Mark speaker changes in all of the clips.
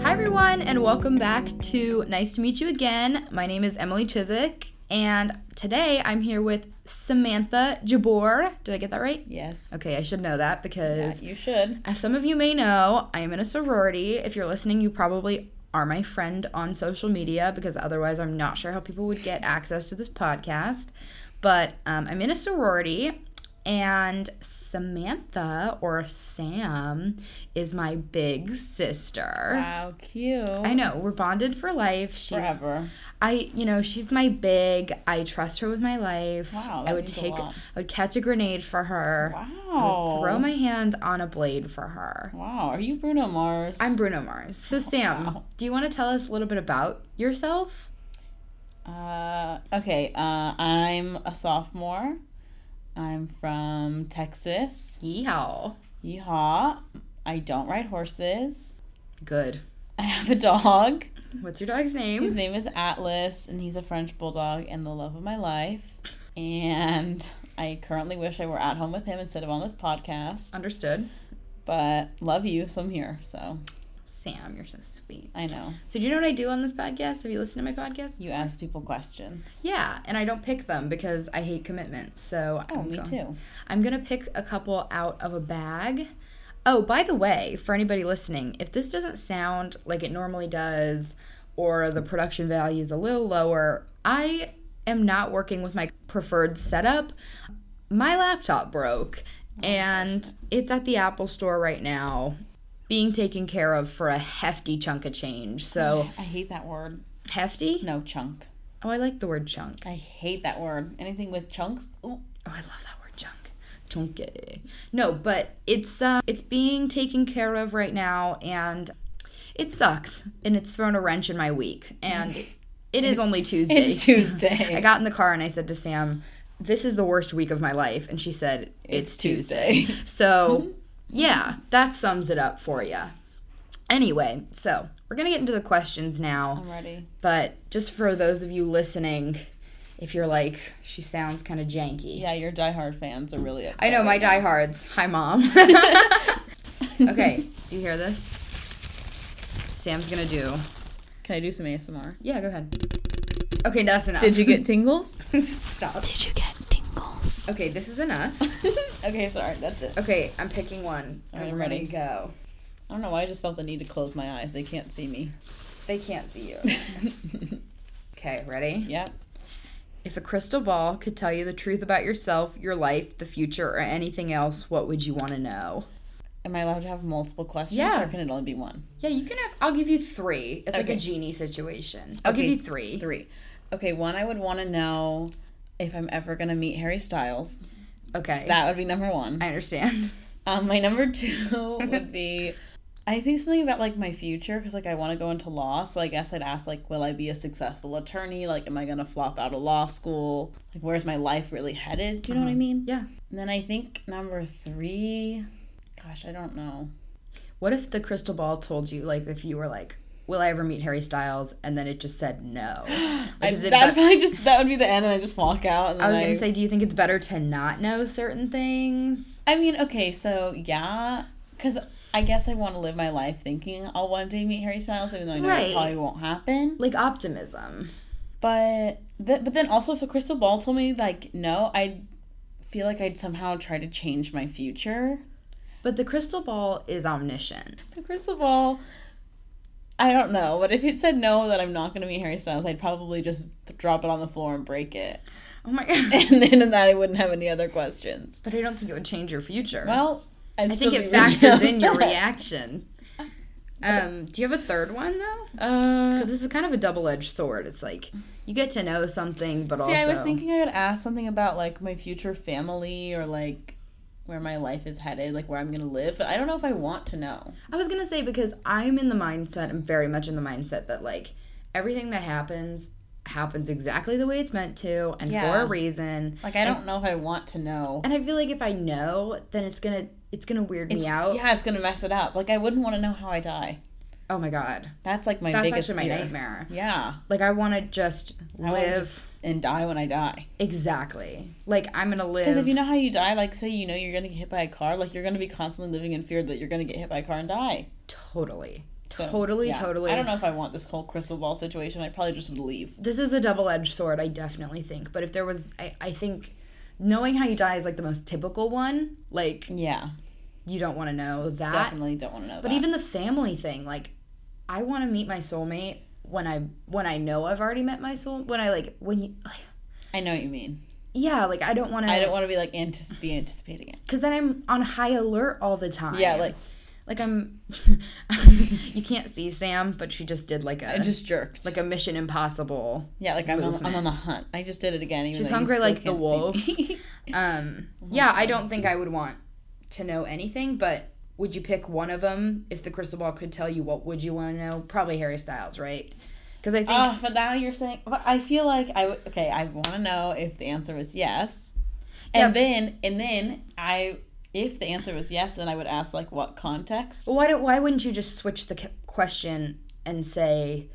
Speaker 1: everyone, and welcome back to Nice to Meet You Again. My name is Emily Chiswick, and today I'm here with Samantha Jabor. Did I get that right?
Speaker 2: Yes.
Speaker 1: Okay, I should know that
Speaker 2: Yeah,
Speaker 1: because,
Speaker 2: you should.
Speaker 1: as some of you may know, I am in a sorority. If you're listening, you probably are my friend on social media because otherwise, I'm not sure how people would get access to this podcast. But um, I'm in a sorority. And Samantha or Sam is my big sister.
Speaker 2: Wow, cute.
Speaker 1: I know we're bonded for life. She's
Speaker 2: Mm-hmm. Forever.
Speaker 1: I, you know, she's my big. I trust her with my life.
Speaker 2: Wow,
Speaker 1: I
Speaker 2: that
Speaker 1: would
Speaker 2: means a
Speaker 1: take. I
Speaker 2: lot.
Speaker 1: would catch a grenade for her. I
Speaker 2: Wow.
Speaker 1: would throw my hand on a blade for her.
Speaker 2: Wow. Are you Bruno Mars?
Speaker 1: I'm Bruno Mars. So Sam,
Speaker 2: Wow.
Speaker 1: do you want to tell us a little bit about yourself?
Speaker 2: Uh, okay. Uh, I'm a sophomore. I'm from Texas.
Speaker 1: Yeehaw.
Speaker 2: Yeehaw. I don't ride horses.
Speaker 1: Good.
Speaker 2: I have a dog.
Speaker 1: What's your dog's
Speaker 2: His
Speaker 1: name?
Speaker 2: name is Atlas, and he's a French bulldog and the love of my life. And I currently wish I were at home with him instead of on this podcast.
Speaker 1: Understood.
Speaker 2: But love you, so I'm here. So
Speaker 1: Sam, you're so sweet.
Speaker 2: I know.
Speaker 1: So do you know what I do on this podcast? Have you listened to my podcast?
Speaker 2: You ask people questions.
Speaker 1: Yeah, and I don't pick them because I hate commitment. So
Speaker 2: Oh,
Speaker 1: I'm
Speaker 2: me
Speaker 1: going-
Speaker 2: too.
Speaker 1: I'm going to pick a couple out of a bag. Oh, by the way, for anybody listening, if this doesn't sound like it normally does or the production value is a little lower, I am not working with my preferred setup. My laptop broke and it's at the Apple store right now being taken care of for a hefty chunk of change. So,
Speaker 2: I hate that word.
Speaker 1: hefty?
Speaker 2: No, chunk.
Speaker 1: Oh, I like the word chunk.
Speaker 2: I hate that word. Anything with chunks?
Speaker 1: Oh,
Speaker 2: Ooh.
Speaker 1: I love that word junk. Junky. No, but it's uh, it's being taken care of right now, and it sucks, and it's thrown a wrench in my week. And it is only Tuesday.
Speaker 2: It's
Speaker 1: I
Speaker 2: Tuesday.
Speaker 1: got in the car and I said to Sam, "This is the worst week of my life," and she said, "It's, Tuesday."
Speaker 2: Tuesday. Mm-hmm.
Speaker 1: So, yeah, that sums it up for you. Anyway, so we're gonna get into the questions now.
Speaker 2: I'm ready.
Speaker 1: But just for those of you listening, if you're like, she sounds kind of janky.
Speaker 2: Yeah, your diehard fans are really upset.
Speaker 1: I know my
Speaker 2: right now.
Speaker 1: diehards. Hi, mom. okay, do you hear this? Sam's gonna do.
Speaker 2: Can I do some ASMR?
Speaker 1: Yeah, go ahead. Okay, that's enough.
Speaker 2: Did you get tingles?
Speaker 1: stop?
Speaker 2: Did you get tingles?
Speaker 1: Okay, this is enough.
Speaker 2: okay, sorry. That's it.
Speaker 1: Okay, I'm picking one.
Speaker 2: All
Speaker 1: and
Speaker 2: right,
Speaker 1: we're
Speaker 2: I'm
Speaker 1: gonna
Speaker 2: ready.
Speaker 1: go.
Speaker 2: I don't know why I just felt the need to close my eyes. They can't see me.
Speaker 1: They can't see you. Okay, ready?
Speaker 2: yep.
Speaker 1: If a crystal ball could tell you the truth about yourself, your life, the future, or anything else, what would you want to know?
Speaker 2: Am I allowed to have multiple questions
Speaker 1: Yeah.
Speaker 2: or can it only be one?
Speaker 1: Yeah, you can have. I'll give you three. It's like a
Speaker 2: Okay.
Speaker 1: genie situation. I'll
Speaker 2: Okay,
Speaker 1: give you three.
Speaker 2: Three. Okay, one I would want to know if I'm ever going to meet Harry Styles.
Speaker 1: Okay,
Speaker 2: That would be number one.
Speaker 1: I understand.
Speaker 2: Um, my number two would be, I think something about like my future because like I want to go into law. So I guess I'd ask like, will I be a successful attorney? Like, am I gonna flop out of law school? Like, where's my life really headed? Do you know what I mean?
Speaker 1: Uh-huh. Yeah.
Speaker 2: And then I think number three, gosh, I don't know.
Speaker 1: What if the crystal ball told you, like, if you were like, "Will I ever meet Harry Styles?" and then it just said no? Like,
Speaker 2: I,
Speaker 1: is it
Speaker 2: that'd
Speaker 1: be-
Speaker 2: probably just that would be the end, and I just walk out. And
Speaker 1: I was
Speaker 2: then
Speaker 1: gonna say, do you think it's better to not know certain things?
Speaker 2: I mean, okay, so yeah, because I guess I want to live my life thinking I'll one day meet Harry Styles, even though I know
Speaker 1: Right.
Speaker 2: it probably won't happen.
Speaker 1: Like optimism.
Speaker 2: But th- but then also, if a crystal ball told me like no, I feel like I'd somehow try to change my future.
Speaker 1: But the crystal ball is omniscient.
Speaker 2: The crystal ball, I don't know. But if it said no, that I'm not going to meet Harry Styles, I'd probably just drop it on the floor and break it.
Speaker 1: Oh my god!
Speaker 2: And then in that, I wouldn't have any other questions.
Speaker 1: but I don't think it would change your future.
Speaker 2: Well, I'd
Speaker 1: I
Speaker 2: still
Speaker 1: think it
Speaker 2: be really
Speaker 1: factors in your
Speaker 2: upset.
Speaker 1: reaction. Um, do you have a third one though?
Speaker 2: Uh,
Speaker 1: Because this is kind of a double-edged sword. It's like you get to know something, but
Speaker 2: See,
Speaker 1: also
Speaker 2: I was thinking I would ask something about like my future family or like where my life is headed, like where I'm gonna live, but I don't know if I want to know.
Speaker 1: I was gonna say because I'm in the mindset, I'm very much in the mindset that like everything that happens happens exactly the way it's meant to and for
Speaker 2: Yeah.
Speaker 1: a reason.
Speaker 2: Like I don't know if I want to know.
Speaker 1: And I feel like if I know, then it's gonna it's gonna weird me out.
Speaker 2: Yeah, it's gonna mess it up. Like I wouldn't want to know how I die.
Speaker 1: Oh my god,
Speaker 2: That's like my
Speaker 1: that's
Speaker 2: biggest
Speaker 1: actually my
Speaker 2: fear.
Speaker 1: nightmare.
Speaker 2: Yeah,
Speaker 1: Like I want to just
Speaker 2: I wanna
Speaker 1: live
Speaker 2: just- and die when I die.
Speaker 1: exactly. Like I'm gonna live.
Speaker 2: Because if you know how you die, like say you know you're gonna get hit by a car, like you're gonna be constantly living in fear that you're gonna get hit by a car and die.
Speaker 1: totally.
Speaker 2: So,
Speaker 1: Totally,
Speaker 2: yeah.
Speaker 1: totally.
Speaker 2: I don't know if I want this whole crystal ball situation. I probably just would leave.
Speaker 1: This is a double edged sword, I definitely think. But if there was, I, I think knowing how you die is like the most typical one. Like,
Speaker 2: Yeah,
Speaker 1: you don't want to know that.
Speaker 2: definitely don't want to know.
Speaker 1: But
Speaker 2: that.
Speaker 1: even the family thing, like, I want to meet my soulmate when I when I know I've already met my soul. When I like when you, like,
Speaker 2: I know what you mean.
Speaker 1: yeah, like I don't want
Speaker 2: I don't
Speaker 1: to
Speaker 2: want to be like antici- be anticipating it.
Speaker 1: because then I'm on high alert all the time.
Speaker 2: Yeah, like
Speaker 1: like I'm. you can't see Sam, but she just did like
Speaker 2: I
Speaker 1: a
Speaker 2: just jerked. Like
Speaker 1: like a Mission Impossible.
Speaker 2: yeah, like I'm on, I'm
Speaker 1: movement.
Speaker 2: on the hunt. I just did it again. Even
Speaker 1: She's
Speaker 2: though you
Speaker 1: hungry
Speaker 2: still
Speaker 1: like the
Speaker 2: can't see
Speaker 1: wolf.
Speaker 2: me.
Speaker 1: Um,
Speaker 2: Oh
Speaker 1: yeah, I don't think I would want to know anything, but would you pick one of them if the crystal ball could tell you what would you want to know? Probably Harry Styles, right? Because I think
Speaker 2: Oh, but now you're saying. But I feel like I w- okay. I want to know if the answer was yes, and then and then I if the answer was yes, then I would ask like what context.
Speaker 1: why don't why wouldn't you just switch the c- question and say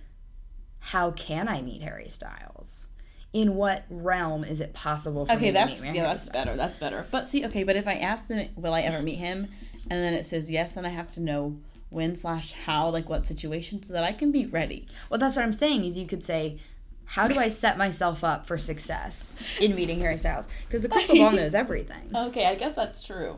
Speaker 1: how can I meet Harry Styles? In what realm is it possible for me
Speaker 2: Okay,
Speaker 1: to
Speaker 2: that's
Speaker 1: meet Harry
Speaker 2: yeah, that's
Speaker 1: Styles?
Speaker 2: better. That's better. But see, okay, but if I ask them, will I ever meet him, and then it says yes, then I have to know when slash how like what situation so that I can be ready.
Speaker 1: Well, that's what I'm saying is you could say how do I set myself up for success in meeting Harry Styles? Because the crystal ball knows everything.
Speaker 2: Okay, I guess that's true.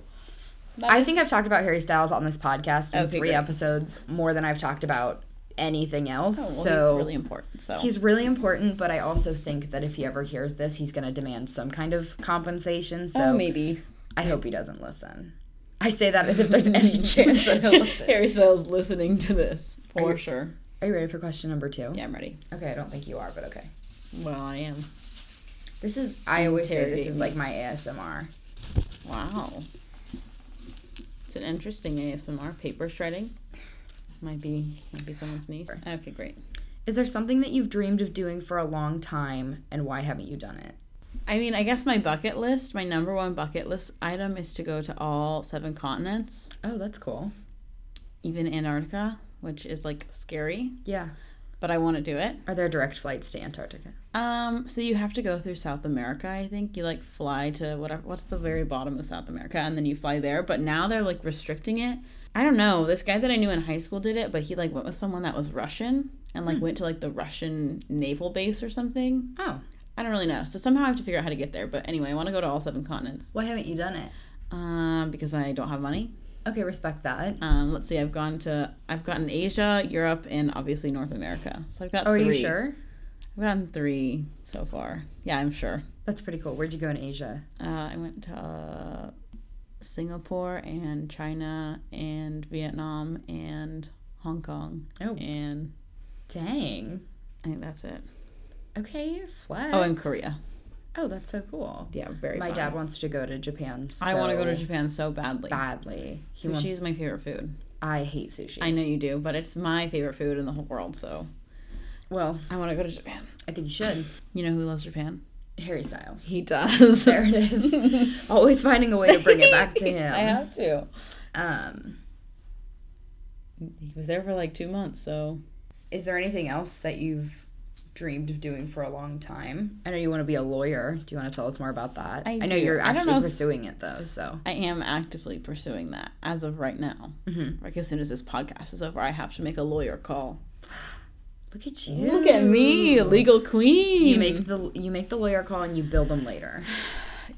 Speaker 2: That
Speaker 1: I
Speaker 2: is-
Speaker 1: think I've talked about Harry Styles on this podcast in
Speaker 2: Okay,
Speaker 1: three
Speaker 2: great.
Speaker 1: episodes more than I've talked about anything else.
Speaker 2: Oh, well,
Speaker 1: so
Speaker 2: he's really important. So
Speaker 1: he's really important, but I also think that if he ever hears this, he's going to demand some kind of compensation. So
Speaker 2: oh, maybe
Speaker 1: I hope he doesn't listen. I say that as if there's any chance that he'll listen.
Speaker 2: Harry Styles listening to this for sure.
Speaker 1: Are you ready for question number two?
Speaker 2: Yeah, I'm ready.
Speaker 1: Okay, I don't think you are, but okay.
Speaker 2: Well, I am.
Speaker 1: This is, I always say this
Speaker 2: Interrogate
Speaker 1: is
Speaker 2: me.
Speaker 1: like my ASMR.
Speaker 2: Wow. It's an interesting ASMR paper shredding. Might be might be someone's knee. Okay, great.
Speaker 1: Is there something that you've dreamed of doing for a long time, and why haven't you done it?
Speaker 2: I mean, I guess my bucket list, my number one bucket list item is to go to all seven continents,
Speaker 1: Oh, that's cool.
Speaker 2: even Antarctica, which is like scary,
Speaker 1: Yeah.
Speaker 2: but I want to do it.
Speaker 1: Are there direct flights to Antarctica?
Speaker 2: Um, so you have to go through South America, I think. You like fly to whatever what's the very bottom of South America and then you fly there, but now they're like restricting it. I don't know. This guy that I knew in high school did it, but he like went with someone that was Russian and
Speaker 1: Hmm.
Speaker 2: like went to like the Russian naval base or something.
Speaker 1: Oh,
Speaker 2: I don't really know. So somehow I have to figure out how to get there, but anyway, I want to go to all seven continents.
Speaker 1: why haven't you done it?
Speaker 2: Um, because I don't have money.
Speaker 1: Okay, respect that.
Speaker 2: Um, let's see. I've gone to I've gotten Asia, Europe, and obviously North America. So I've got
Speaker 1: Oh, are
Speaker 2: three.
Speaker 1: you sure?
Speaker 2: I've gotten three so far. Yeah, I'm sure.
Speaker 1: That's pretty cool. Where'd you go in Asia?
Speaker 2: Uh, I went to uh, Singapore and China and Vietnam and Hong Kong.
Speaker 1: Oh.
Speaker 2: And
Speaker 1: Dang.
Speaker 2: I think that's it.
Speaker 1: Okay, flex.
Speaker 2: Oh, and Korea.
Speaker 1: Oh, that's so cool.
Speaker 2: Yeah, very
Speaker 1: My
Speaker 2: fun.
Speaker 1: dad wants to go to Japan. So
Speaker 2: I want to go to Japan so badly.
Speaker 1: badly. He wants,
Speaker 2: Sushi is my favorite food.
Speaker 1: I hate sushi.
Speaker 2: I know you do, but it's my favorite food in the whole world, so
Speaker 1: well,
Speaker 2: I want to go to Japan.
Speaker 1: I think you should.
Speaker 2: You know who loves Japan?
Speaker 1: Harry Styles.
Speaker 2: He does.
Speaker 1: There it is. Always finding a way to bring it back to him.
Speaker 2: I have to.
Speaker 1: Um,
Speaker 2: He was there for like two months, so
Speaker 1: is there anything else that you've dreamed of doing for a long time? I know you want to be a lawyer. Do you want to tell us more about that?
Speaker 2: I
Speaker 1: know
Speaker 2: do.
Speaker 1: you're
Speaker 2: I don't
Speaker 1: actually
Speaker 2: know if-
Speaker 1: pursuing it though, so.
Speaker 2: I am actively pursuing that as of right now. Mm-hmm. Like as soon as this podcast is over, I have to make a lawyer call.
Speaker 1: Look at you.
Speaker 2: Look at me, legal queen.
Speaker 1: You make the you make the lawyer call and you bill them later.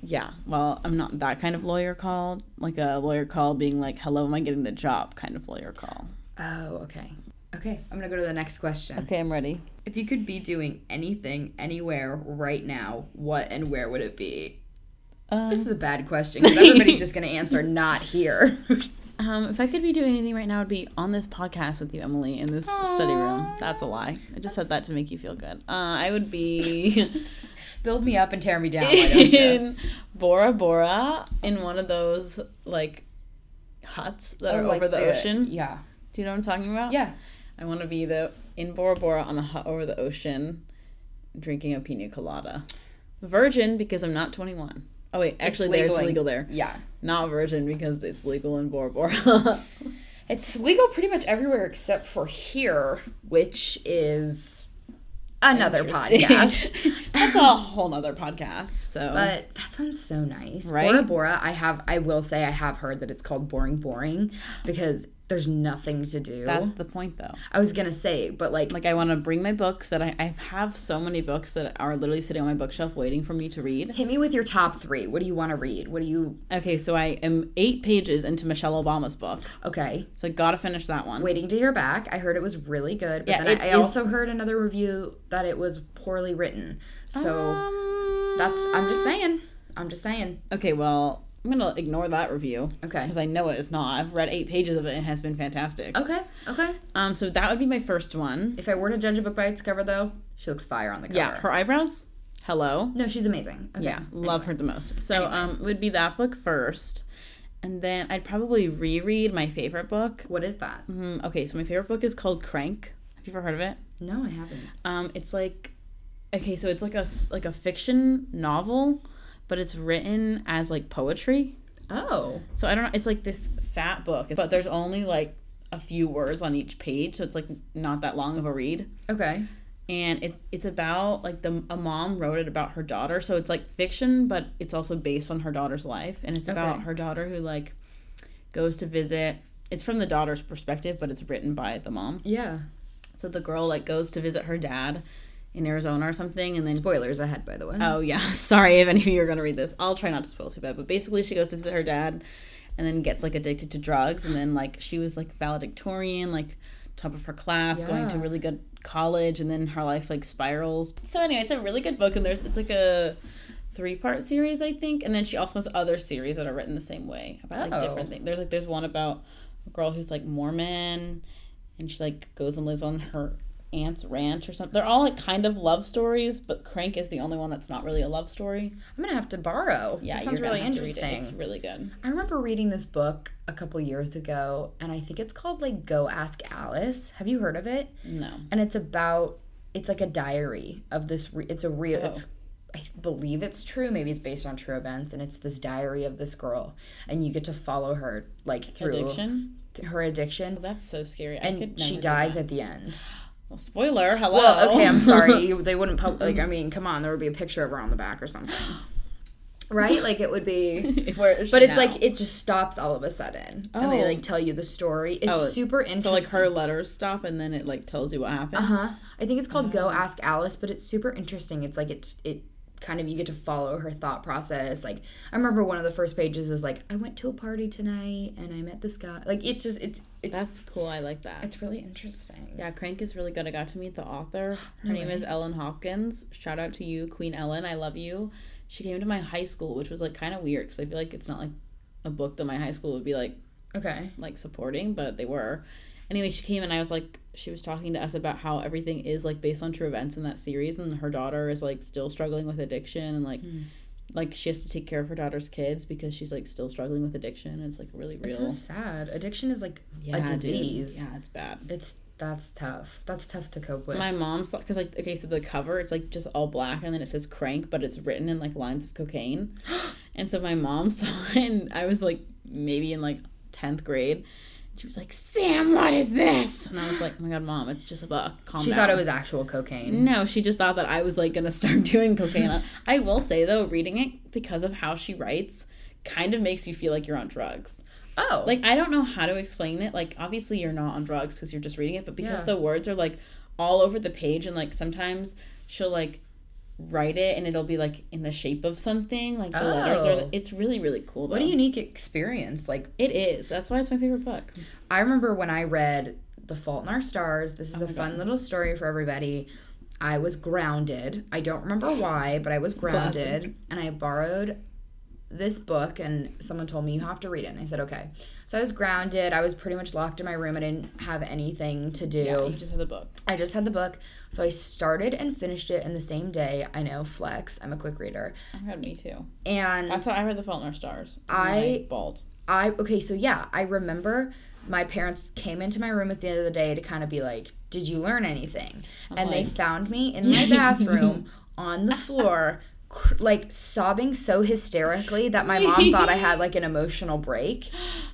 Speaker 2: yeah. Well, I'm not that kind of lawyer call. Like a lawyer call being like, "Hello, am I getting the job?" kind of lawyer call.
Speaker 1: Oh, okay. Okay, I'm gonna go to the next question.
Speaker 2: Okay, I'm ready.
Speaker 1: If you could be doing anything anywhere right now, what and where would it be? This
Speaker 2: Um,
Speaker 1: is a bad question because everybody's just gonna answer not here.
Speaker 2: um, if I could be doing anything right now, I'd be on this podcast with you, Emily, in this study room. That's a lie. I just said that to make you feel good. Uh, I would be
Speaker 1: Build me up and tear me down. Why don't you?
Speaker 2: in Bora Bora in one of those like huts that
Speaker 1: Or
Speaker 2: are
Speaker 1: like
Speaker 2: over Oh, the, ocean.
Speaker 1: Yeah,
Speaker 2: Do you know what I'm talking about?
Speaker 1: yeah.
Speaker 2: I want to be the in Bora Bora on a hut over the ocean, drinking a pina colada. Virgin because I'm not 21. Oh wait, actually there
Speaker 1: legal
Speaker 2: it's
Speaker 1: in-
Speaker 2: legal there.
Speaker 1: Yeah,
Speaker 2: Not virgin because it's legal in Bora Bora.
Speaker 1: it's legal pretty much everywhere except for here, which is another podcast.
Speaker 2: That's a whole nother podcast. So
Speaker 1: But that sounds so nice.
Speaker 2: Right?
Speaker 1: Bora Bora, I have I will say I have heard that it's called boring boring because there's nothing to do.
Speaker 2: That's the point, though.
Speaker 1: I was gonna say, but like,
Speaker 2: Like, I want to bring my books that I, I have so many books that are literally sitting on my bookshelf waiting for me to read.
Speaker 1: hit me with your top three. What do you want to read? What do you?
Speaker 2: Okay, so I am eight pages into Michelle Obama's book,
Speaker 1: Okay,
Speaker 2: so I gotta finish that one.
Speaker 1: waiting to hear back. I heard it was really good, but
Speaker 2: Yeah,
Speaker 1: then
Speaker 2: it
Speaker 1: I, I
Speaker 2: is-
Speaker 1: also heard another review that it was poorly written. So
Speaker 2: Um,
Speaker 1: that's. I'm just saying. I'm just saying.
Speaker 2: Okay, well, I'm gonna ignore that review
Speaker 1: Okay.
Speaker 2: because I know it is not. I've read eight pages of it and it has been fantastic.
Speaker 1: Okay. Okay.
Speaker 2: Um, so that would be my first one.
Speaker 1: If I were to judge a book by its cover, though, she looks fire on the cover.
Speaker 2: Yeah, her eyebrows. Hello.
Speaker 1: No, she's amazing. Okay.
Speaker 2: Yeah, love her the most. So um, it would be that book first, and then I'd probably reread my favorite book.
Speaker 1: What is that?
Speaker 2: Mm, okay, so my favorite book is called Crank. Have you ever heard of it?
Speaker 1: No, I haven't.
Speaker 2: Um, it's like, okay, so it's like a s- like a fiction novel, but it's written as like poetry.
Speaker 1: Oh.
Speaker 2: So I don't know. It's like this fat book, but there's only like a few words on each page, so it's like not that long of a read.
Speaker 1: Okay.
Speaker 2: And it, it's about like the a mom wrote it about her daughter, so it's like fiction, but it's also based on her daughter's life, and it's about
Speaker 1: Okay.
Speaker 2: her daughter who like goes to visit. It's from the daughter's perspective, but it's written by the mom.
Speaker 1: Yeah.
Speaker 2: So the girl like goes to visit her dad in Arizona or something, and then
Speaker 1: Spoilers ahead, by the way.
Speaker 2: Oh yeah, sorry if any of you are gonna read this. I'll try not to spoil too bad, but basically she goes to visit her dad, and then gets like addicted to drugs, and then like she was like valedictorian, like top of her class, going to
Speaker 1: Yeah.
Speaker 2: really good college, and then her life like spirals. So anyway, it's a really good book, and there's it's like a three part series I think, and then she also has other series that are written the same way about like
Speaker 1: Oh.
Speaker 2: different things. There's like there's one about a girl who's like Mormon, and she like goes and lives on her aunt's ranch or something. They're all like kind of love stories, but Crank is the only one that's not really a love story.
Speaker 1: I'm gonna have to borrow.
Speaker 2: Yeah,
Speaker 1: that sounds
Speaker 2: you're gonna
Speaker 1: really
Speaker 2: have to read it.
Speaker 1: interesting.
Speaker 2: It's really good.
Speaker 1: I remember reading this book a couple years ago, and I think it's called like Go Ask Alice. Have you heard of it?
Speaker 2: No,
Speaker 1: And it's about it's like a diary of this. Re- it's a real. It's
Speaker 2: Oh.
Speaker 1: I believe it's true. Maybe it's based on true events, and it's this diary of this girl, and you get to follow her like through
Speaker 2: addiction.
Speaker 1: her addiction,
Speaker 2: Well, that's so scary. I could
Speaker 1: and
Speaker 2: never
Speaker 1: she
Speaker 2: do
Speaker 1: dies
Speaker 2: that.
Speaker 1: at the end.
Speaker 2: Well, spoiler. Hello.
Speaker 1: Well, okay, I'm sorry. You- they wouldn't pub- like.
Speaker 2: Mm-hmm.
Speaker 1: I mean, come on, there would be a picture of her on the back or something, right? Like it would be.
Speaker 2: If we're-
Speaker 1: But it's
Speaker 2: now.
Speaker 1: like it just stops all of a sudden, and they
Speaker 2: Oh.
Speaker 1: like tell you the story. It's
Speaker 2: Oh,
Speaker 1: super interesting.
Speaker 2: so like her letters stop, and then it like tells you what happened.
Speaker 1: Uh huh. I think it's called Go
Speaker 2: Mm.
Speaker 1: Ask Alice, but it's super interesting. It's like it's it kind of you get to follow her thought process. Like I remember one of the first pages is like I went to a party tonight and I met this guy. Like it's just it's it's
Speaker 2: That's cool. I like that.
Speaker 1: it's really interesting.
Speaker 2: Yeah, Crank is really good. I got to meet the author. Her name is Ellen Hopkins. Shout out to you, Queen Ellen. I love you. She came to my high school, which was like kind of weird because I feel like it's not like a book that my high school would be like
Speaker 1: Okay.
Speaker 2: like supporting, but they were. Anyway, she came and I was like, she was talking to us about how everything is like based on true events in that series, and her daughter is like still struggling with addiction and like.
Speaker 1: Hmm.
Speaker 2: Like she has to take care of her daughter's kids because she's like still struggling with addiction. and It's like really
Speaker 1: It's so
Speaker 2: real.
Speaker 1: sad. Addiction is like
Speaker 2: yeah,
Speaker 1: a
Speaker 2: dude.
Speaker 1: disease.
Speaker 2: Yeah, it's bad.
Speaker 1: It's that's tough. That's tough to cope with.
Speaker 2: My mom's because like okay, so the cover it's like just all black and then it says crank, but it's written in like lines of cocaine. and so my mom saw it, and I was like maybe in like tenth grade. She was like, "Sam, what is this?" And I was like, "Oh my god, mom, it's just a book. Calm
Speaker 1: she
Speaker 2: down."
Speaker 1: thought it was actual cocaine.
Speaker 2: No, she just thought that I was like gonna start doing cocaine. I will say though, reading it because of how she writes, kind of makes you feel like you're on drugs.
Speaker 1: Oh,
Speaker 2: Mm. Like I don't know how to explain it. Like obviously you're not on drugs because you're just reading it, but because
Speaker 1: Yeah.
Speaker 2: the words are like all over the page and like sometimes she'll like write it and it'll be like in the shape of something. Like the letters are.
Speaker 1: Oh.
Speaker 2: It's really really cool. Though.
Speaker 1: what a unique experience. Like
Speaker 2: It is. That's why it's my favorite book.
Speaker 1: I remember when I read The Fault in Our Stars. This is a
Speaker 2: Oh my
Speaker 1: fun little story for everybody. I was grounded. I don't remember why, but I was grounded and I borrowed this book and someone told me you have to read it and I said okay. So I was grounded. I was pretty much locked in my room. I didn't have anything to do.
Speaker 2: Yeah, you just have the book.
Speaker 1: I just had the book. So I started and finished it in the same day. I know flex. I'm a quick reader.
Speaker 2: Oh my god, me too.
Speaker 1: And
Speaker 2: That's how I read The Fault in Our Stars. And
Speaker 1: I-
Speaker 2: bald.
Speaker 1: I okay, so yeah, I remember my parents came into my room at the end of the day to kind of be like, "Did you learn anything?" and they found me in my bathroom on the floor, cr- like sobbing so hysterically that my mom thought I had like an emotional break.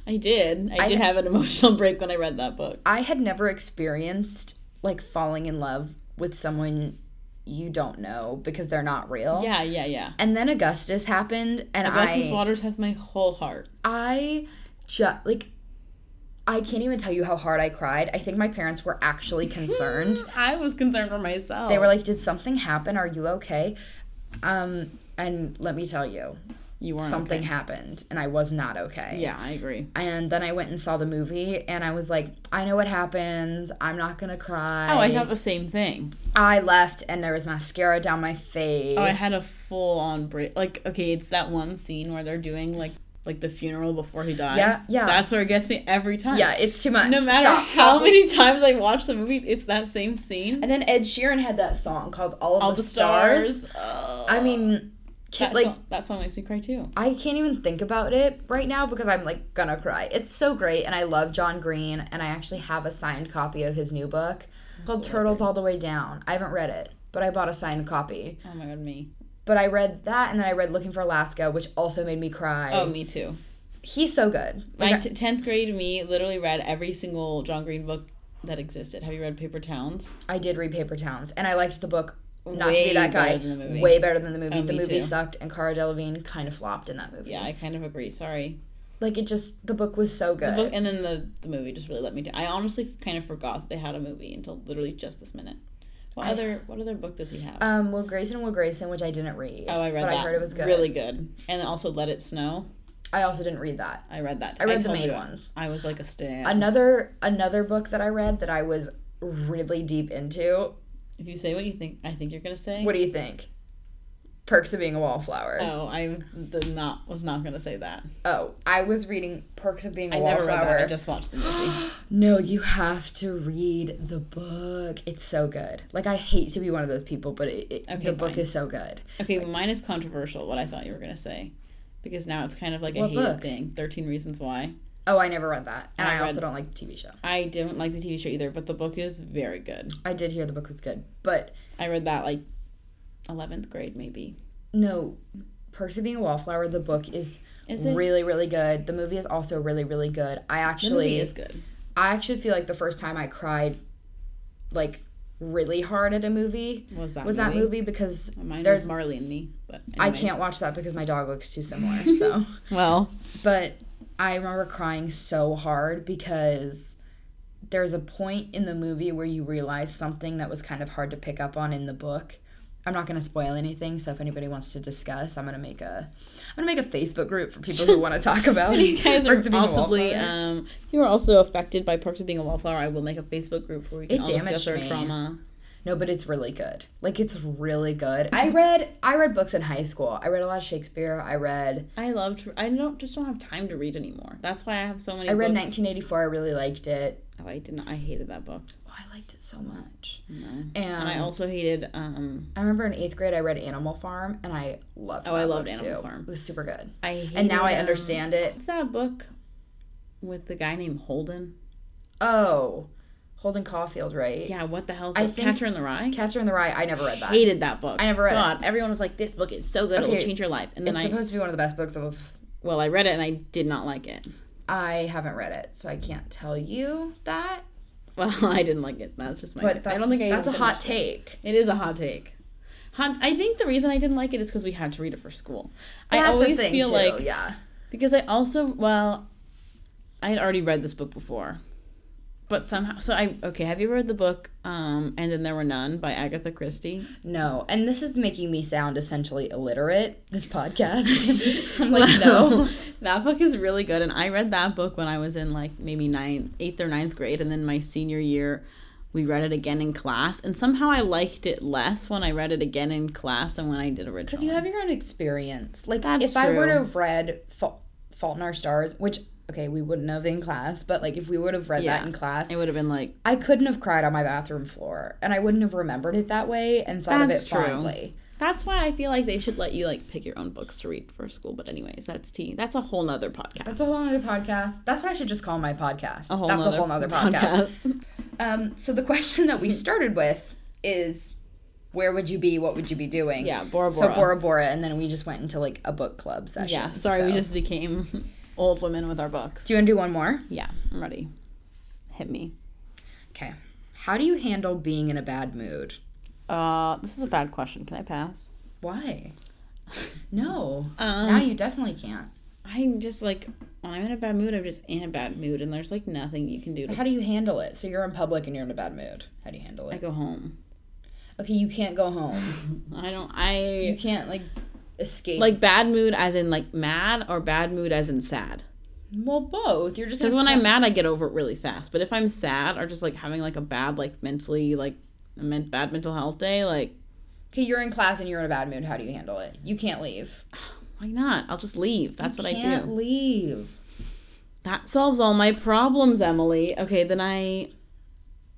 Speaker 2: I did. I, did have an emotional break when I read that book.
Speaker 1: I had never experienced like falling in love with someone you don't know because they're not real.
Speaker 2: Yeah, yeah, yeah.
Speaker 1: And then Augustus happened, and
Speaker 2: Justice
Speaker 1: Oh. I
Speaker 2: Waters has my whole heart.
Speaker 1: I just like I can't even tell you how hard I cried. I think my parents were actually concerned.
Speaker 2: I was concerned for myself.
Speaker 1: they were like, "Did something happen? Are you okay?" Um, and let me tell you,
Speaker 2: you weren't
Speaker 1: something
Speaker 2: okay.
Speaker 1: happened, and I was not okay.
Speaker 2: Yeah, I agree.
Speaker 1: And then I went and saw the movie, and I was like, "I know what happens. I'm not gonna cry."
Speaker 2: Oh, I thought the same thing.
Speaker 1: I left, and there was mascara down my face.
Speaker 2: Oh, I had a full on break. Like, okay, it's that one scene where they're doing like like the funeral before he dies.
Speaker 1: Yeah, yeah.
Speaker 2: That's where it gets me every time.
Speaker 1: yeah, it's too much.
Speaker 2: No matter
Speaker 1: Stop,
Speaker 2: how
Speaker 1: stop.
Speaker 2: many times I watch the movie, it's that same scene.
Speaker 1: And then Ed Sheeran had that song called "All of
Speaker 2: All
Speaker 1: the,
Speaker 2: the
Speaker 1: Stars."
Speaker 2: stars. Ugh.
Speaker 1: I mean, can,
Speaker 2: that
Speaker 1: like
Speaker 2: song, that song makes me cry too.
Speaker 1: I can't even think about it right now because I'm like gonna cry. It's so great, and I love John Green, and I actually have a signed copy of his new book It's called Turtles All the Way Down. I haven't read it, but I bought a signed copy.
Speaker 2: Oh my god, me.
Speaker 1: But I read that, and then I read Looking for Alaska, which also made me cry.
Speaker 2: Oh, me too.
Speaker 1: He's so good.
Speaker 2: My
Speaker 1: Like,
Speaker 2: t- 10th grade me literally read every single John Green book that existed. Have you read Paper Towns?
Speaker 1: I did read Paper Towns, and I liked the book. Not to
Speaker 2: Way
Speaker 1: be that guy.
Speaker 2: better than the movie.
Speaker 1: Way better than the movie.
Speaker 2: Oh,
Speaker 1: the
Speaker 2: me
Speaker 1: movie
Speaker 2: too.
Speaker 1: sucked, and Cara Delevingne kind of flopped in that movie.
Speaker 2: Yeah, I kind of agree. Sorry.
Speaker 1: Like it just the book was so good.
Speaker 2: The book, and then the, the movie just really let me down. I honestly kind of forgot that they had a movie until literally just this minute. What
Speaker 1: I-
Speaker 2: other what other book does he have?
Speaker 1: um, Will Grayson, Will Grayson, which I didn't read.
Speaker 2: oh, I read
Speaker 1: but
Speaker 2: that.
Speaker 1: I heard it was good.
Speaker 2: Really good. And also Let It Snow.
Speaker 1: I also didn't read that.
Speaker 2: I read that.
Speaker 1: I read the
Speaker 2: told
Speaker 1: main
Speaker 2: you,
Speaker 1: ones.
Speaker 2: I was like a stan.
Speaker 1: Another another book that I read that I was really deep into.
Speaker 2: if you say what you think, I think you're gonna say.
Speaker 1: What do you think? Perks of Being a Wallflower. Oh,
Speaker 2: Oh, I did not was not gonna say that.
Speaker 1: I was reading Perks of Being a
Speaker 2: I never
Speaker 1: Wallflower.
Speaker 2: read that. I just watched the movie.
Speaker 1: no, you have to read the book. It's so good. Like I hate to be one of those people, but it, it,
Speaker 2: Okay,
Speaker 1: the book
Speaker 2: fine.
Speaker 1: is so good.
Speaker 2: Okay, well, mine is controversial. What I thought you were gonna say, because now it's kind of like a
Speaker 1: What
Speaker 2: hated
Speaker 1: book?
Speaker 2: thing. Thirteen Reasons Why.
Speaker 1: Oh, I never read that, and
Speaker 2: I
Speaker 1: I, also
Speaker 2: read-
Speaker 1: don't like the TV show.
Speaker 2: I didn't like the TV show either, but the book is very good.
Speaker 1: I did hear the book was good, but
Speaker 2: I read that like eleventh grade maybe.
Speaker 1: no, Perks of Being a Wallflower. The book is
Speaker 2: Is it?
Speaker 1: really really good. The movie is also really really good. I
Speaker 2: The movie
Speaker 1: actually
Speaker 2: is good.
Speaker 1: I actually feel like the first time I cried like really hard at a movie
Speaker 2: Was that
Speaker 1: was that movie because
Speaker 2: Mine
Speaker 1: There's-
Speaker 2: was Marley and Me, but
Speaker 1: I
Speaker 2: anyways.
Speaker 1: can't watch that because my dog looks too similar. So,
Speaker 2: Well,
Speaker 1: but I remember crying so hard because there's a point in the movie where you realize something that was kind of hard to pick up on in the book. I'm not going to spoil anything, so if anybody wants to discuss, I'm going to make a I'm going to make a Facebook group for people who want to talk about
Speaker 2: you guys are
Speaker 1: Perks of Being a
Speaker 2: possibly
Speaker 1: Wallflower.
Speaker 2: um, you are also affected by Perks of Being a Wallflower. I will make a Facebook group where we can
Speaker 1: It
Speaker 2: all discuss
Speaker 1: damaged
Speaker 2: our
Speaker 1: me.
Speaker 2: trauma.
Speaker 1: No, but it's really good. Like it's really good. I
Speaker 2: Mm-hmm.
Speaker 1: read I read books in high school. I read a lot of Shakespeare. I read
Speaker 2: I love. Tr- I don't just don't have time to read anymore. That's why I have so many.
Speaker 1: I read
Speaker 2: books.
Speaker 1: 1984. I really liked it.
Speaker 2: Oh, I didn't. I hated that book.
Speaker 1: Oh, I liked it so much.
Speaker 2: No.
Speaker 1: And
Speaker 2: And I
Speaker 1: I,
Speaker 2: also hated. um
Speaker 1: remember in eighth grade I read Animal Farm and I loved.
Speaker 2: Oh, I
Speaker 1: that
Speaker 2: loved
Speaker 1: book,
Speaker 2: Animal Farm.
Speaker 1: It was super good.
Speaker 2: I hated,
Speaker 1: And now I
Speaker 2: um,
Speaker 1: understand it.
Speaker 2: What's that book with the guy named Holden?
Speaker 1: Oh, Holden Caulfield, right?
Speaker 2: Yeah, what the hell's
Speaker 1: I
Speaker 2: that?
Speaker 1: think-
Speaker 2: Catcher in the Rye?
Speaker 1: Catcher in the Rye. I never read that.
Speaker 2: hated that book.
Speaker 1: I never read it.
Speaker 2: God, everyone was like, "This book is so good,
Speaker 1: Okay,
Speaker 2: it'll change your life." And then
Speaker 1: it's
Speaker 2: I,
Speaker 1: supposed to be one of the best books of.
Speaker 2: well, I read it and I did not like it.
Speaker 1: I haven't read it, so I can't tell you that.
Speaker 2: Well, I didn't like it. That's just my.
Speaker 1: But that's,
Speaker 2: I don't think I
Speaker 1: that's a
Speaker 2: even
Speaker 1: hot
Speaker 2: finished
Speaker 1: take.
Speaker 2: It is a hot take. Hot, I think the reason I didn't like it is because we had to read it for school.
Speaker 1: That's
Speaker 2: I
Speaker 1: a
Speaker 2: always
Speaker 1: thing,
Speaker 2: feel
Speaker 1: too,
Speaker 2: like
Speaker 1: yeah.
Speaker 2: because I also well, I had already read this book before, but somehow so I okay. Have you ever read the book? Um, and then there were none by Agatha Christie.
Speaker 1: No, and this is making me sound essentially illiterate. This podcast, I'm like, no.
Speaker 2: that book is really good, and I read that book when I was in like maybe ninth, eighth or ninth grade, and then my senior year, we read it again in class, and somehow I liked it less when I read it again in class than when I did originally.
Speaker 1: Because you have your own experience. Like,
Speaker 2: That's
Speaker 1: if I were to
Speaker 2: true.
Speaker 1: have read Fa- Fault in Our Stars, which okay, we wouldn't have in class, but like if we would have read that
Speaker 2: Yeah.
Speaker 1: in class,
Speaker 2: it would have been like
Speaker 1: I couldn't have cried on my bathroom floor, and I wouldn't have remembered it that way and thought
Speaker 2: That's
Speaker 1: of it
Speaker 2: true.
Speaker 1: fondly.
Speaker 2: That's why I feel like they should let you like pick your own books to read for school. But anyways, that's tea. That's a whole nother podcast.
Speaker 1: That's a whole other podcast. That's what I should just call my podcast.
Speaker 2: A whole
Speaker 1: That's a
Speaker 2: nother
Speaker 1: whole nother podcast.
Speaker 2: podcast.
Speaker 1: Um, so the question that we started with is, where would you be? What would you be doing?
Speaker 2: Yeah, Bora Bora.
Speaker 1: So Bora Bora, and then we just went into like a book club session.
Speaker 2: yeah, sorry, we
Speaker 1: so-
Speaker 2: just became old women with our books.
Speaker 1: Do you want to do one more?
Speaker 2: yeah, I'm ready. Hit me.
Speaker 1: Okay. How do you handle being in a bad mood?
Speaker 2: Uh, this is a bad question. Can I pass?
Speaker 1: Why? No.
Speaker 2: Um,
Speaker 1: now you definitely can't.
Speaker 2: I I'm just like when I'm in a bad mood, I'm just in a bad mood, and there's like nothing you can do. To,
Speaker 1: How do you handle it? So you're in public and you're in a bad mood. How do you handle
Speaker 2: I
Speaker 1: it?
Speaker 2: go home.
Speaker 1: Okay, you can't go home.
Speaker 2: I don't.
Speaker 1: You
Speaker 2: I
Speaker 1: can't like escape.
Speaker 2: like bad mood as in like mad or bad mood as in sad.
Speaker 1: well, both. You're just
Speaker 2: Because
Speaker 1: in a
Speaker 2: when
Speaker 1: cra-
Speaker 2: I'm mad, I get over it really fast. But if I'm sad or just like having like a bad like mentally like a men- bad mental health day, like
Speaker 1: okay, you're in class and you're in a bad mood. How do you handle it? You can't leave.
Speaker 2: why not? I'll just leave. That's
Speaker 1: You
Speaker 2: what I
Speaker 1: can't
Speaker 2: do.
Speaker 1: Leave.
Speaker 2: That solves all my problems, Emily. Okay, then I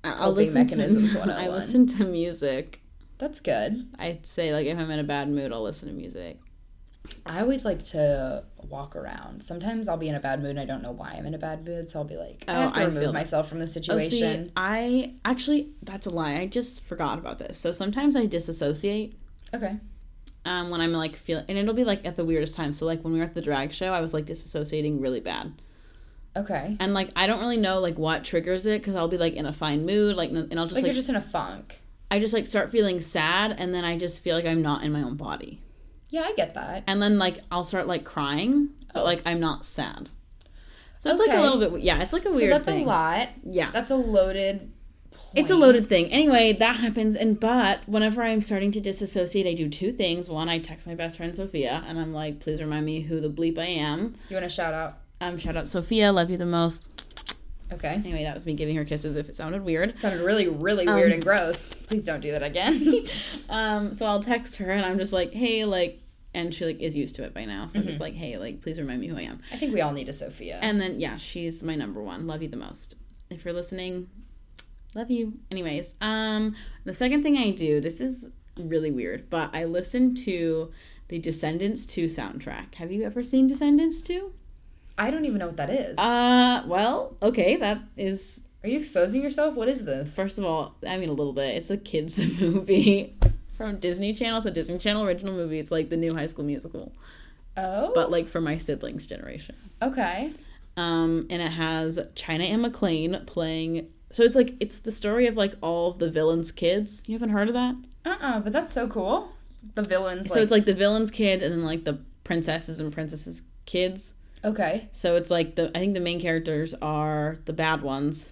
Speaker 2: I- I'll
Speaker 1: Coping
Speaker 2: listen
Speaker 1: mechanisms
Speaker 2: to
Speaker 1: 101.
Speaker 2: I listen to music.
Speaker 1: That's good.
Speaker 2: I'd say like if I'm in a bad mood, I'll listen to music.
Speaker 1: I always like to walk around. Sometimes I'll be in a bad mood and I don't know why I'm in a bad mood, so I'll be like, I
Speaker 2: Oh,
Speaker 1: have to
Speaker 2: I
Speaker 1: remove
Speaker 2: feel that.
Speaker 1: myself from the
Speaker 2: Oh,
Speaker 1: situation.
Speaker 2: see, I actually that's a lie. I just forgot about this. So sometimes I disassociate
Speaker 1: okay.
Speaker 2: um, when I'm like feeling, and it'll be like at the weirdest time. So like when we were at the drag show, I was like disassociating really bad,
Speaker 1: Okay.
Speaker 2: and like I don't really know like what triggers it because I'll be like in a fine mood, like n- and I'll just
Speaker 1: Like,
Speaker 2: like,
Speaker 1: you're just in a funk.
Speaker 2: I just like start feeling sad, and then I just feel like I'm not in my own body,
Speaker 1: Yeah, I get that.
Speaker 2: and then like I'll start like crying, but like I'm not sad. So it's like
Speaker 1: Oh. Okay.
Speaker 2: a little bit yeah, it's like a
Speaker 1: So
Speaker 2: weird
Speaker 1: that's
Speaker 2: thing.
Speaker 1: a lot.
Speaker 2: Yeah.
Speaker 1: That's a loaded. Point.
Speaker 2: It's a loaded thing. Anyway, that happens. And but whenever I'm starting to disassociate, I do two things. One, I text my best friend Sophia, and I'm like, "Please remind me who the bleep I am."
Speaker 1: You want to shout out?
Speaker 2: Um, shout out Sophia, love you the most.
Speaker 1: Okay.
Speaker 2: Anyway, that was me giving her kisses. If it sounded weird,
Speaker 1: Sounded really, really weird and gross. Please don't do that again.
Speaker 2: um, so I'll text her, and I'm just like, "Hey, like," and she like is used to it by now. So I'm just like, "Hey, like, please remind me who I am."
Speaker 1: I think we all need a Sophia.
Speaker 2: And then yeah, she's my number one. Love you the most. If you're listening, love you. Anyways, um, the second thing I do, this is really weird, but I listen to the Descendants 2 soundtrack. Have you ever seen Descendants 2?
Speaker 1: I don't even know what that is.
Speaker 2: Uh, well, okay, that is
Speaker 1: Are you exposing yourself? What is this?
Speaker 2: first of all, I mean a little bit. It's a kids movie from Disney Channel. It's a Disney Channel original movie. It's like the new High School Musical,
Speaker 1: oh.
Speaker 2: but like for my siblings' generation.
Speaker 1: okay.
Speaker 2: um, and it has China and McLean playing. So it's like it's the story of like all of the villains' kids. You haven't heard of that?
Speaker 1: Uh. uh But that's so cool. The villains.
Speaker 2: so it's like the villains' kids, and then like the princesses and princesses' kids.
Speaker 1: okay.
Speaker 2: So it's like the I think the main characters are the bad ones,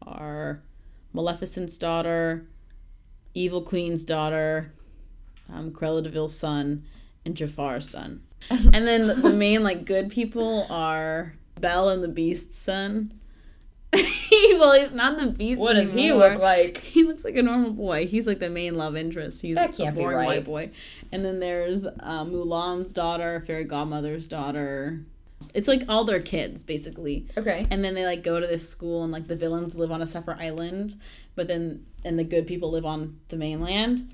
Speaker 2: are Maleficent's daughter, Evil Queen's daughter, um, Cruella de Vil's son, and Jafar's son. And then the- the main like good people are Belle and the Beast's son. well, he's not the beast.
Speaker 1: What does he
Speaker 2: anymore.
Speaker 1: look like?
Speaker 2: He looks like a normal boy. He's like the main love interest. He's
Speaker 1: That
Speaker 2: a
Speaker 1: can't be
Speaker 2: boring
Speaker 1: right.
Speaker 2: white boy. And then there's uh, Mulan's daughter, fairy godmother's daughter. It's like all their kids basically.
Speaker 1: Okay.
Speaker 2: And then they like go to this school and like the villains live on a separate island, but then and the good people live on the mainland.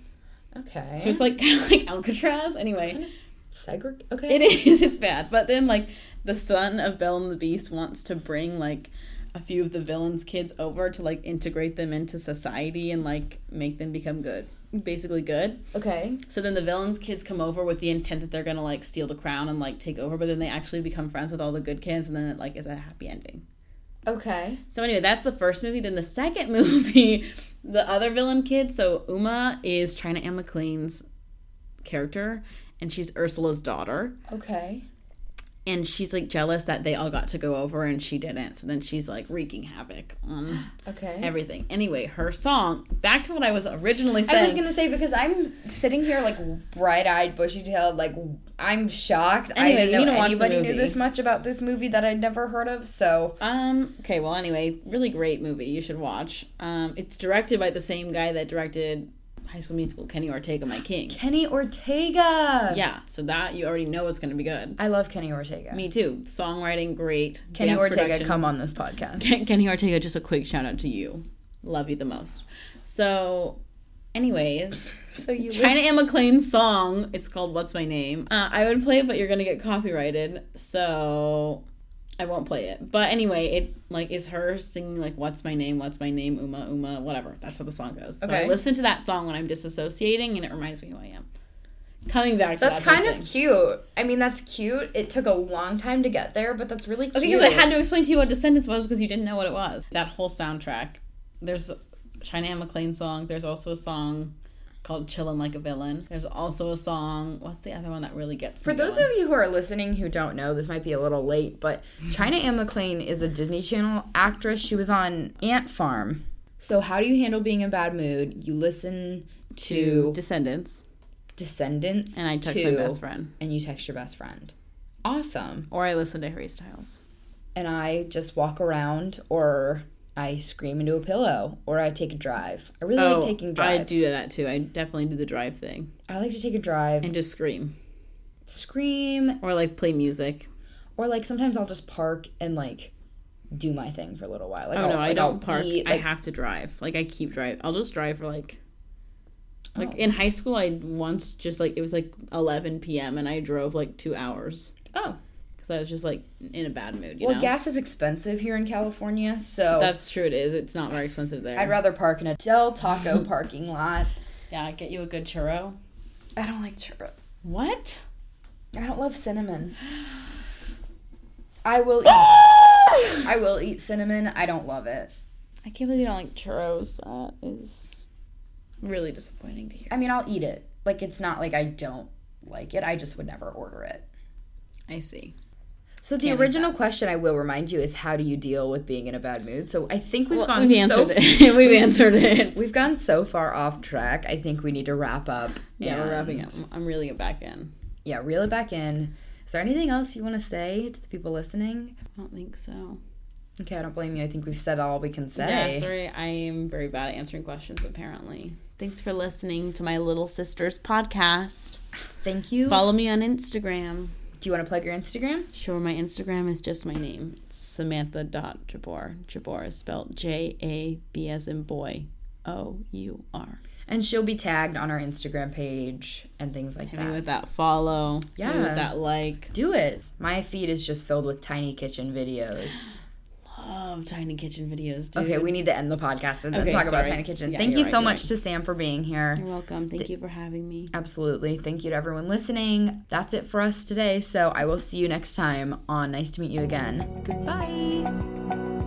Speaker 1: Okay.
Speaker 2: So it's like kind of like Alcatraz. Anyway,
Speaker 1: Segre- okay.
Speaker 2: it is. It's bad. But then, like, the son of Belle and the Beast wants to bring, like, a few of the villain's kids over to, like, integrate them into society and, like, make them become good. Basically, good.
Speaker 1: Okay.
Speaker 2: So then the villain's kids come over with the intent that they're going to, like, steal the crown and, like, take over. But then they actually become friends with all the good kids. And then it, like, is a happy ending.
Speaker 1: Okay.
Speaker 2: So anyway, that's the first movie. Then the second movie, the other villain kid. So Uma is China and McLean's character. And she's Ursula's daughter
Speaker 1: Okay.
Speaker 2: and she's like jealous that they all got to go over and she didn't. So then she's like wreaking havoc on
Speaker 1: Okay.
Speaker 2: everything. Anyway, her song, back to what I was originally
Speaker 1: I was
Speaker 2: saying.
Speaker 1: gonna say because I'm sitting here like bright-eyed, bushy-tailed, like I'm shocked. I
Speaker 2: Anyway,
Speaker 1: didn't
Speaker 2: you need
Speaker 1: know
Speaker 2: to watch the
Speaker 1: anybody knew
Speaker 2: movie.
Speaker 1: this much about this movie that I'd never heard of. So
Speaker 2: um, okay, well, anyway, really great movie you should watch. Um, it's directed by the same guy that directed High School Musical, Kenny Ortega, My King.
Speaker 1: Kenny Ortega.
Speaker 2: Yeah, so that you already know it's going to be good.
Speaker 1: I love Kenny Ortega.
Speaker 2: Me too. Songwriting, great.
Speaker 1: Kenny
Speaker 2: Dance
Speaker 1: Ortega,
Speaker 2: production.
Speaker 1: come on this podcast.
Speaker 2: Ken- Kenny Ortega, just a quick shout out to you. Love you the most. So, anyways.
Speaker 1: so you
Speaker 2: China and McLean's song. It's called "What's My Name." Uh, I would play it, but you're gonna get copyrighted, so I won't play it. But anyway, it like is her singing like "What's My Name? What's My Name? Uma Uma whatever." That's how the song goes. So
Speaker 1: Okay.
Speaker 2: I listen to that song when I'm disassociating, and it reminds me who I am. Coming back. To
Speaker 1: that's
Speaker 2: that
Speaker 1: kind
Speaker 2: whole
Speaker 1: of
Speaker 2: thing.
Speaker 1: cute. I mean, that's cute. It took a long time to get there, but that's really cute.
Speaker 2: because I had to explain to you what Descendants was because you didn't know what it was. That whole soundtrack. There's a China and McLean song. There's also a song called Chillin' Like a Villain. There's also a song. What's the other one that really gets
Speaker 1: For
Speaker 2: me
Speaker 1: those
Speaker 2: going?
Speaker 1: of you who are listening who don't know, this might be a little late, but China Ann McLean is a Disney Channel actress. She was on Ant Farm. So, how do you handle being in a bad mood? You listen to,
Speaker 2: Descendants,
Speaker 1: Descendants.
Speaker 2: and I text
Speaker 1: to,
Speaker 2: my best friend,
Speaker 1: And you text your best friend. Awesome.
Speaker 2: or I listen to Harry Styles.
Speaker 1: And I just walk around or I scream into a pillow or I take a drive. I really like taking drives.
Speaker 2: Oh, I do that too. I definitely do the drive thing
Speaker 1: I like to take a drive,
Speaker 2: and just scream
Speaker 1: scream,
Speaker 2: or like play music.
Speaker 1: or like sometimes I'll just park and like do my thing for a little while. Like,
Speaker 2: Oh
Speaker 1: I'll,
Speaker 2: no, I
Speaker 1: like,
Speaker 2: don't
Speaker 1: I'll
Speaker 2: park.
Speaker 1: eat,
Speaker 2: I
Speaker 1: like,
Speaker 2: have to drive. Like I keep drive. I'll just drive for like. Like
Speaker 1: Oh.
Speaker 2: in high school, I once just like it was like 11 p.m. and I drove like two hours
Speaker 1: oh,
Speaker 2: because I was just like in a bad mood. You
Speaker 1: well,
Speaker 2: know,
Speaker 1: gas is expensive here in California, so
Speaker 2: that's true. It is. It's not very expensive there.
Speaker 1: I'd rather park in a Del Taco parking lot.
Speaker 2: yeah, get you a good churro.
Speaker 1: I don't like churros.
Speaker 2: What?
Speaker 1: I don't love cinnamon. I will eat. I will eat cinnamon. I don't love it.
Speaker 2: I can't believe you don't like churros. That is really disappointing to hear.
Speaker 1: I mean, I'll eat it. Like it's not like I don't like it. I just would never order it.
Speaker 2: I see.
Speaker 1: So the
Speaker 2: Can't eat
Speaker 1: original question I will remind you is how do you deal with being in a bad mood? So I think we've gone
Speaker 2: we've
Speaker 1: so
Speaker 2: answered it. we've answered it.
Speaker 1: we've gone so far off track. I think we need to wrap up.
Speaker 2: Yeah, we're wrapping
Speaker 1: and-
Speaker 2: up. I'm reeling it back in.
Speaker 1: Yeah, reel it back in. Is there anything else you want to say to the people listening?
Speaker 2: I don't think so.
Speaker 1: Okay, I don't blame you. I think we've said all we can say.
Speaker 2: Yeah, sorry. I am very bad at answering questions, apparently. Thanks for listening to my little sister's podcast.
Speaker 1: Thank you.
Speaker 2: Follow me on Instagram.
Speaker 1: Do you want to plug your Instagram?
Speaker 2: Sure, my Instagram is just my name. It's Samantha.Jabor. Jabor is spelled J A B as in boy, O U R.
Speaker 1: And she'll be tagged on our Instagram page and things like
Speaker 2: Hit me
Speaker 1: that.
Speaker 2: with that follow. Hit me
Speaker 1: Yeah.
Speaker 2: with that like.
Speaker 1: Do it. My feed is just filled with tiny kitchen videos.
Speaker 2: Love tiny kitchen videos, dude.
Speaker 1: Okay, we need to end the podcast and then
Speaker 2: Okay,
Speaker 1: talk about
Speaker 2: sorry.
Speaker 1: tiny kitchen.
Speaker 2: Yeah,
Speaker 1: Thank
Speaker 2: you're
Speaker 1: you
Speaker 2: right,
Speaker 1: so
Speaker 2: you're
Speaker 1: much
Speaker 2: right.
Speaker 1: to Sam for being here.
Speaker 2: You're welcome. Thank you for having me.
Speaker 1: Absolutely. Thank you to everyone listening. That's it for us today. So I will see you next time on Nice to Meet You Again. Goodbye.